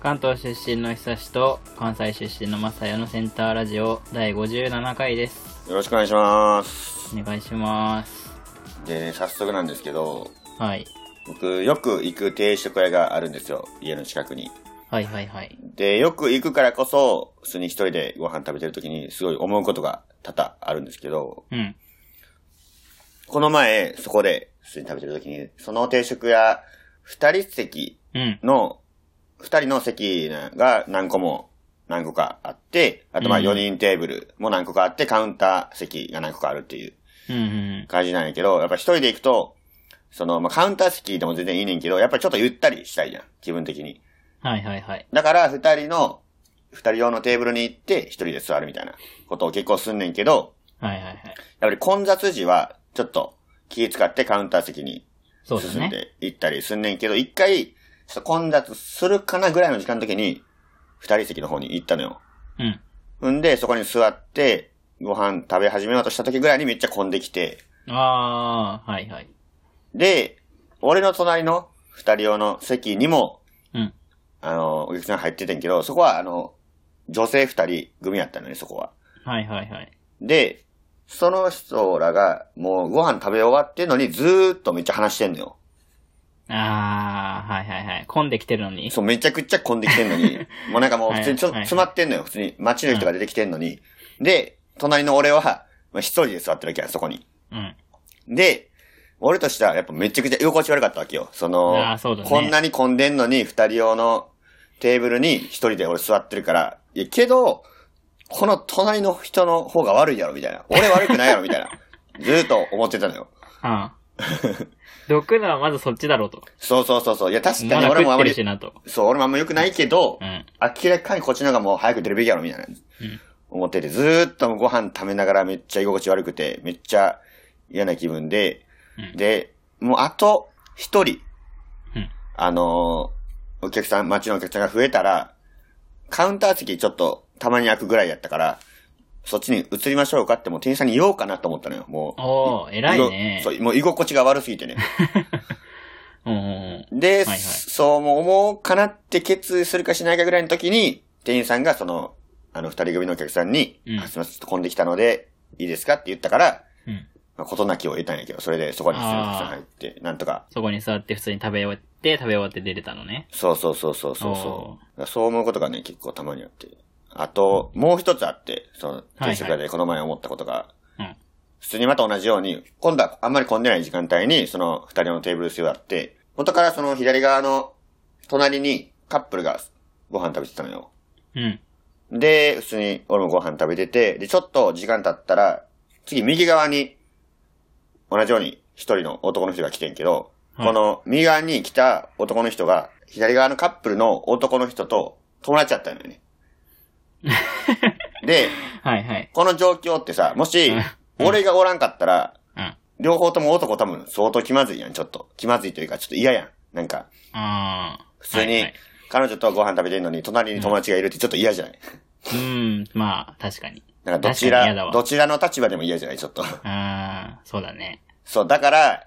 関東出身の久志と関西出身の正代のセンターラジオ第57回です。よろしくお願いします。お願いします。でね、早速なんですけど、はい。僕、よく行く定食屋があるんですよ。家の近くに。はいはいはい。で、よく行くからこそ、普通に一人でご飯食べてる時に、すごい思うことが多々あるんですけど、うん。この前、そこで普通に食べてる時に、その定食屋、二人席うん。の、二人の席が何個も、何個かあって、あとまあうん4人テーブルも何個かあって、カウンター席が何個かあるっていううんうん。感じなんやけど、やっぱ一人で行くと、その、まあ、カウンター席でも全然いいねんけど、やっぱりちょっとゆったりしたいじゃん、気分的に。はいはいはい。だから、二人の、二人用のテーブルに行って、一人で座るみたいなことを結構すんねんけど、はいはいはい。やっぱり混雑時は、ちょっと気使ってカウンター席にそうです進んね。で行ったりすんねんけど、一、回、ちょっと混雑するかなぐらいの時間の時に、二人席の方に行ったのよ。うん。んで、そこに座って、ご飯食べ始めようとした時ぐらいにめっちゃ混んできて、あー、はいはい。で、俺の隣の二人用の席にも、うん。あの、お客さん入っててんけど、そこはあの、女性二人組やったのね、そこは。はいはいはい。で、その人らが、もうご飯食べ終わってんのにずーっとめっちゃ話してんのよ。あー、はいはいはい。混んできてるのに。そう、めちゃくちゃ混んできてん のに、もうなんかもう普通にちょっとはいはい詰まってんのよ、普通に。街の人が出てきてんのに。で、隣の俺は、まあ、一人で座ってるわけや、そこに。うん。で、俺としてはやっぱめちゃくちゃ居心地悪かったわけよ。そあの、ーそうだねこんなに混んでんのに、二人用のテーブルに一人で俺座ってるから、いや、けど、この隣の人の方が悪いやろ、みたいな。俺悪くないやろ、みたいな。ずーっと思ってたのよ。うん。 毒ならまずそっちだろうと。そうそうそうそう。いや、確まかにだ俺も食あっまてるりし、なと。そう、俺もあんま良くないけど、うん。明らかにこっちの方がもう早く出るべきやろみたいな、思ってて、ずーっともうご飯食べながらめっちゃ居心地悪くて、めっちゃ嫌な気分で、うんで、もうあと一人、うんあのーお客さん、街のお客さんが増えたら、カウンター席ちょっとたまに開くぐらいやったから、そっちに移りましょうかってもう店員さんに言おうかなと思ったのよ、もう。おー、偉いね居。そう、もう居心地が悪すぎてね。うんうんうん。で、はいはいそうも思うかなって決意するかしないかぐらいの時に、店員さんがその、あの、二人組のお客さんに、うんあすみません、ちょっと混んできたので、いいですかって言ったから、うん。まあ、事なきを得たんやけど、それでそこに普通のお客さん入って、なんとか、そこに座って普通に食べ終わって、食べ終わって出れたのね。そうそうそうそうそうおーそう。そう思うことがね、結構たまにあって。あと、もう一つあって、その、はい定食屋でこの前思ったことが、うん。普通にまた同じように、今度はあんまり混んでない時間帯に、その二人のテーブル座って、元からその左側の隣にカップルがご飯食べてたのよ。うん。で、普通に俺もご飯食べてて、で、ちょっと時間経ったら、次右側に、同じように一人の男の人が来てんけど、はいこの右側に来た男の人が、左側のカップルの男の人と友達だったのよね。 で、はいはい。この状況ってさ、もし、俺がおらんかったら、うん。両方とも男多分相当気まずいやん、ちょっと。気まずいというか、ちょっと嫌やん。なんか、ああ。普通はいにはい、彼女とご飯食べてんのに、隣に友達がいるってちょっと嫌じゃない、うん、まあ、確かに。なんかどち確かに嫌だら、わどちらの立場でも嫌じゃないちょっと。あ あ、そうだね。そう、だから、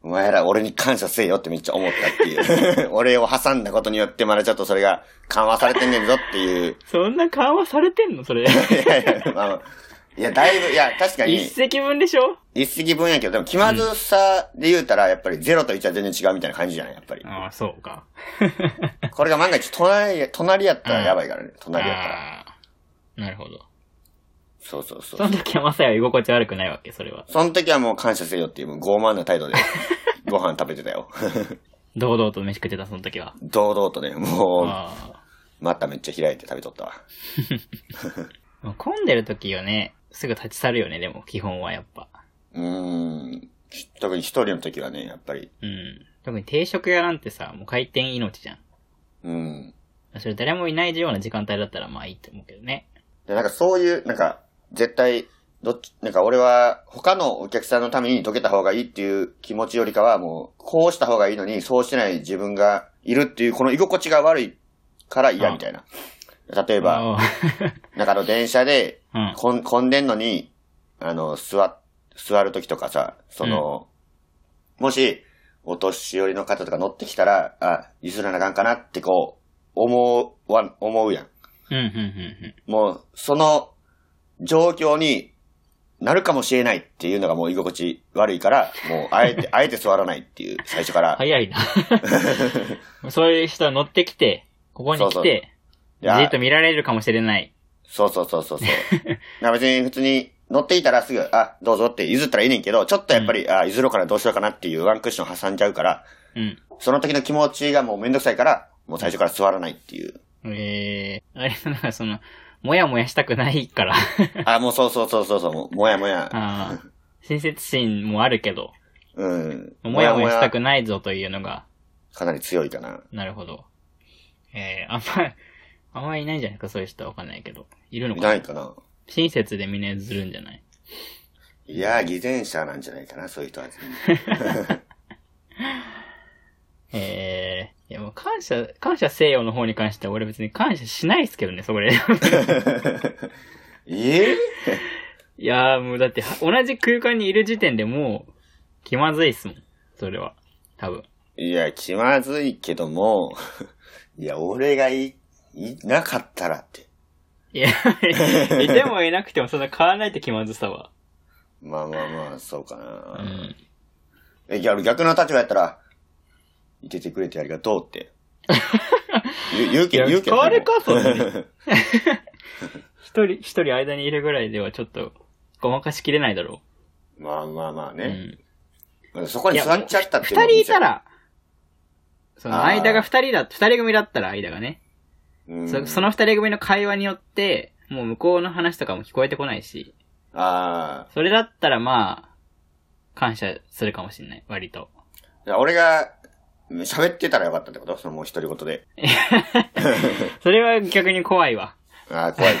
お前ら俺に感謝せよってめっちゃ思ったっていう。 俺を挟んだことによってまだちょっとそれが緩和されてんねんぞっていう。 そんな緩和されてんのそれ。いやいや、まあいやだいぶ、いや、確か一に、石分でしょ一石分やけど、でも気まずさで言うたら、やっぱりゼロと1は全然違うみたいな感じじゃないやっぱり。ああ、そうか。これが万が一隣、隣やったらやばいからね。隣やったら。ああー、なるほど。そうそうそそうの。時はまさや居心地悪くないわけ、それは。その時はもう感謝せよっていうもう傲慢な 態度でご飯食べてたよ。堂々と飯食ってた、その時は。堂々とね、もあう、まためっちゃ開いて食べとったわ。あ。もう混んでる時はね、すぐ立ち去るよね、でも、基本はやっぱ。うーん。特に一人の時はね、やっぱり。うん。特に定食屋なんてさ、もう回転命じゃん。うん。それ誰もいないような時間帯だったらまあいいと思うけどね。で、なんかそういう、なんか、絶対、どっち、なんか俺は他のお客さんのためにどけた方がいいっていう気持ちよりかはもう、こうした方がいいのに、そうしてない自分がいるっていう、この居心地が悪いから嫌みたいな。例えあば、なんかあの電車で、あうん。こん、混んでんのに、あの、座、座るときとかさ、その、もし、お年寄りの方とか乗ってきたら、あ、譲らなあかんかなってこう、思うわ、思うやん。うん、うん、うん、もう、その状況になるかもしれないっていうのがもう居心地悪いから、もう、あえ て、あえて座らないっていう、最初から。早 いな。そういう人は乗ってきて、ここにそ来うそうて、じーっと見られるかもしれない。そうそうそうそうそう。 な別に普通に乗っていたらすぐ、あ、どうぞって譲ったらいいねんけど、ちょっとやっぱり、あ、譲ろうかな、どうしようかなっていうワンクッション挟んじゃうから、うん。その時の気持ちがもうめんどくさいから、もう最初から座らないっ ていう。えー、あれ、なんかその、もやもやしたくないから。あ、もうそうそうそうそうそう、もうもやもや。ああ。親切心もあるけど、うん。もやもやしたくないぞというのが、かなり強いかな。なるほど。えー、あんま、あんまいないんじゃないですかそういう人はわかんないけど。いるのいかなないかな。親切でみんな譲るんじゃないいやー、偽善者なんじゃないかな、そういう 人 は。えー、いやもう感謝、感謝せよの方に関しては俺別に感謝しないですけどね、そ こで。えいやーもうだって、は同じ空間にいる時点でもう、気まずいっすもん。それは。多分。えいや、気まずいけども、 いや、俺がい、いなかったらって。い や、いてもいなくてもそんな変わらないって気まずさは。まあまあまあ、そうかうな。ん。え、逆逆の立場やったら、いててくれてありがと うって。言う言うけど、いや言うけどね。変わるかもうそん一人、一人間にいるぐらいではちょっと、ごまかしきれないだろまあまあまあう。うね。ん。そこに座っちゃったっていうの二も人いた、ら、そのあー間が二人だ、二人組だったら間がね、うんそその、二人組の会話によって、もう向こうの話とかも聞こえてこないし、あそれだったらまあ、感謝するかもしれない、割と。あ。俺が、喋ってたらよかったってことそのもう一人ごとで。それは逆に怖いわ。ああ、 怖い。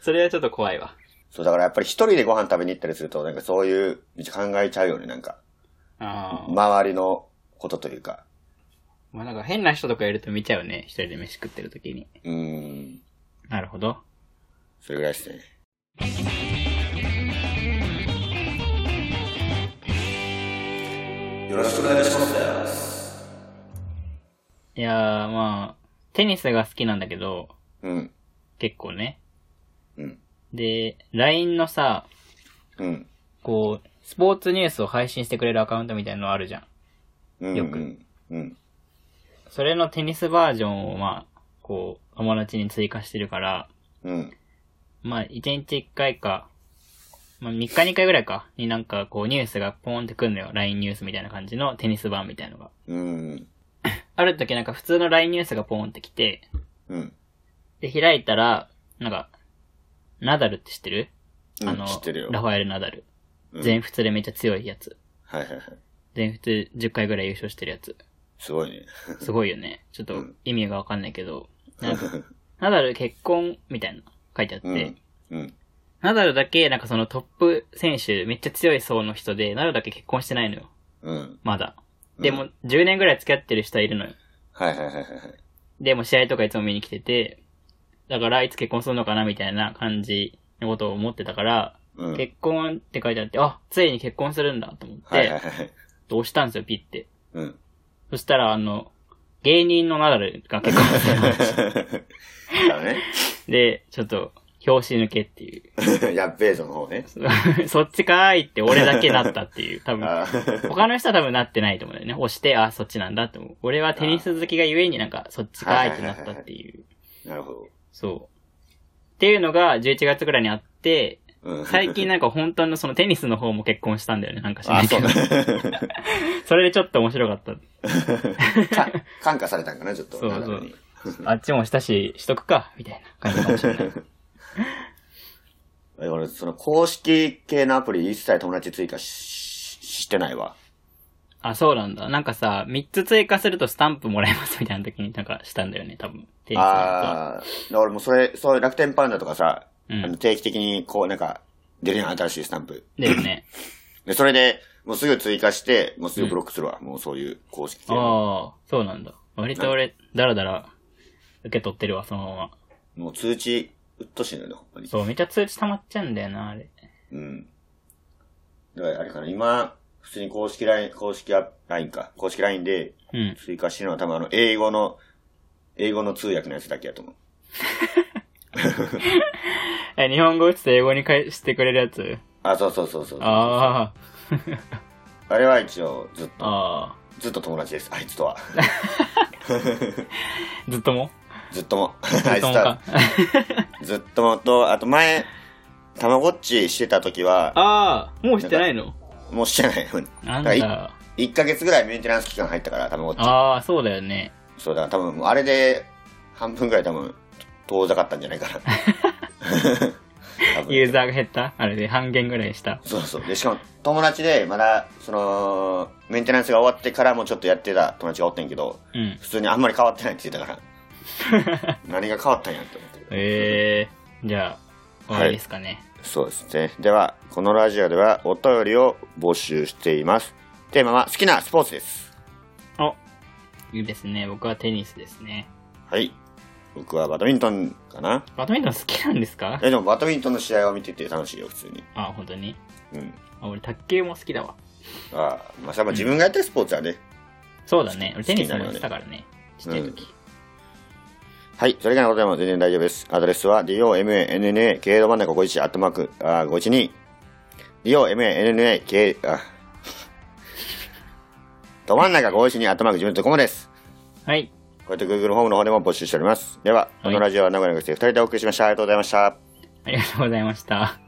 それはちょっと怖いわ。そう、だからやっぱり一人でご飯食べに行ったりすると、なんかそういう道考えちゃうよね、なんか。ああ。周りのことというか。まあなんか変な人とかいると見ちゃうね、一人で飯食ってる時に。うーん。なるほど。それぐらいですね。よろしくお願いします。いやーまあ、テニスが好きなんだけど、うん。結構ね。うん。で、LINE のさ、うん。こう、スポーツニュースを配信してくれるアカウントみたいなのあるじゃん。うん。よくうん。うん。それのテニスバージョンを、まあ、こう、友達に追加してるから、うん。まあ、1日1回か、まあ、3日に1回ぐらいか、になんかこう、ニュースがポーンってくんのよ。LINE ニュースみたいな感じのテニス版みたいのが。うん。ある時なんか普通の LINE ニュースがポーンってきて、うん。で、開いたら、なんか、ナダルって知ってる、うんあの、知ってるよ。ラファエル・ナダル。うん全仏でめっちゃ強いやつ。はいはいはい。全仏10回ぐらい優勝してるやつ。すごいね。すごいよね。ちょっうとん意味がわかんないけど、なんかナダル結婚みたいなの書いてあって、うん。うん。ナダルだけなんかそのトップ選手めっちゃ強い層の人で、ナダルだけ結婚してないのよ。うん。まだ。うんでも、10年ぐらい付き合ってる人はいるのよ。はいはいはいはいはい。でも試合とかいつも見に来てて、だからいつ結婚するのかなみたいな感じのことを思ってたから、うん。結婚って書いてあって、あ、ついに結婚するんだと思って、はいはいはい。押したんですよ、ピッて。 うん。そしたら、あの、芸人のナダルが結婚する。だね。 で、ちょっと、表紙抜けっていう。 やっべえぞの方ね。 そっちかーいって俺だけなったっていう。多分、あ ー 他の人は多分なってないと思うんだよね。押して、あ、そっちなんだって思う。俺はテニス好きがゆえになんか、そっちかーいってなったっていう。なるほど。そう。っていうのが11月ぐらいにあって、うん。最近なんか本当のそのテニスの方も結婚したんだよね。なんかしなあ、いけそうど。だ。そ れでちょっと面白かった。か感化されたんかな、ちょっと。そうそうなるほどねあっちもしたし、しとくか、みたいな感じかもしれ ない。え俺、その公式系のアプリ一切友達追加ししてないわ。あ、そうなんだ。なんかさ、3つ追加するとスタンプもらえますみたいな時になんかしたんだよね、多分。定期的にああ、だから俺もそれ、そういう楽天パンダとかさ、うんあの定期的にこうなんか出るやん、新しいスタンプ。だよね。で、それで、もうすぐ追加して、もうすぐブロックするわ。もうそういう公式系の。ああ、そうなんだ。割と俺、だらだら受け取ってるわ、そのまま。もう通知、うっとうしいのよね、ほんまに。そう、めっちゃ通知溜まっちゃうんだよな、あれ。うん。だからあれかな、今、普通に公式ライン、公式アラインか、公式ラインでうん。追加してるのは多分あの、英語の英語の通訳のやつだけやと思う。え、日本語打つと英語に返してくれるやつあ、そうそうそうそう。ああれは一応、ずっあ、ああ、ずっと友達です。あいつとは。ずっともずっとも。ずあっいとつともはか。。ずっともと、あと前、たまごっちしてた時は、ああ、もうしてないのもうしてない。なんだかだ。 1ヶ月ぐらいメンテナンス期間入ったから、たまごっち。ああ、そうだよね。そうだ、多分、あれで、半分ぐらい多分、遠ざかったんじゃないかな。多分ユーザーが減ったあれで半減ぐらいした。そうそう。で、しかも、友達で、まだ、その、メンテナンスが終わってからもちょっとやってた友達がおってんけど、うん。普通にあんまり変わってないって言ってたから、何が変わったんやって思って。ええー、じゃあ、終わりですかね。そうですね。では、このラジオではお便りを募集しています。テーマは好きなスポーツです。いいですね。僕はテニスですね。はい。僕はバドミントンかな。バドミントン好きなんですかえ、でもバドミントンの試合を見てて楽しいよ、普通に。あ、本当にうん。あ、俺卓球も好きだわ。ああ、まあ、さまあ自分がやってるスポーツはね。そうだね。好俺きテニスもやってたからね。ちっちゃい時。はい。それ以外のお便りも全然大丈夫です。アドレスは domannakd 真ん中51、アットマーク、あー512。domannakd、あ、 ど真ん中512、アットマーク、自分とこもです。はい。こうやって Google ホームの方でも募集しております。では、このラジオは名古屋の学生2人でお送りしました。ありがとうございました。ありがとうございました。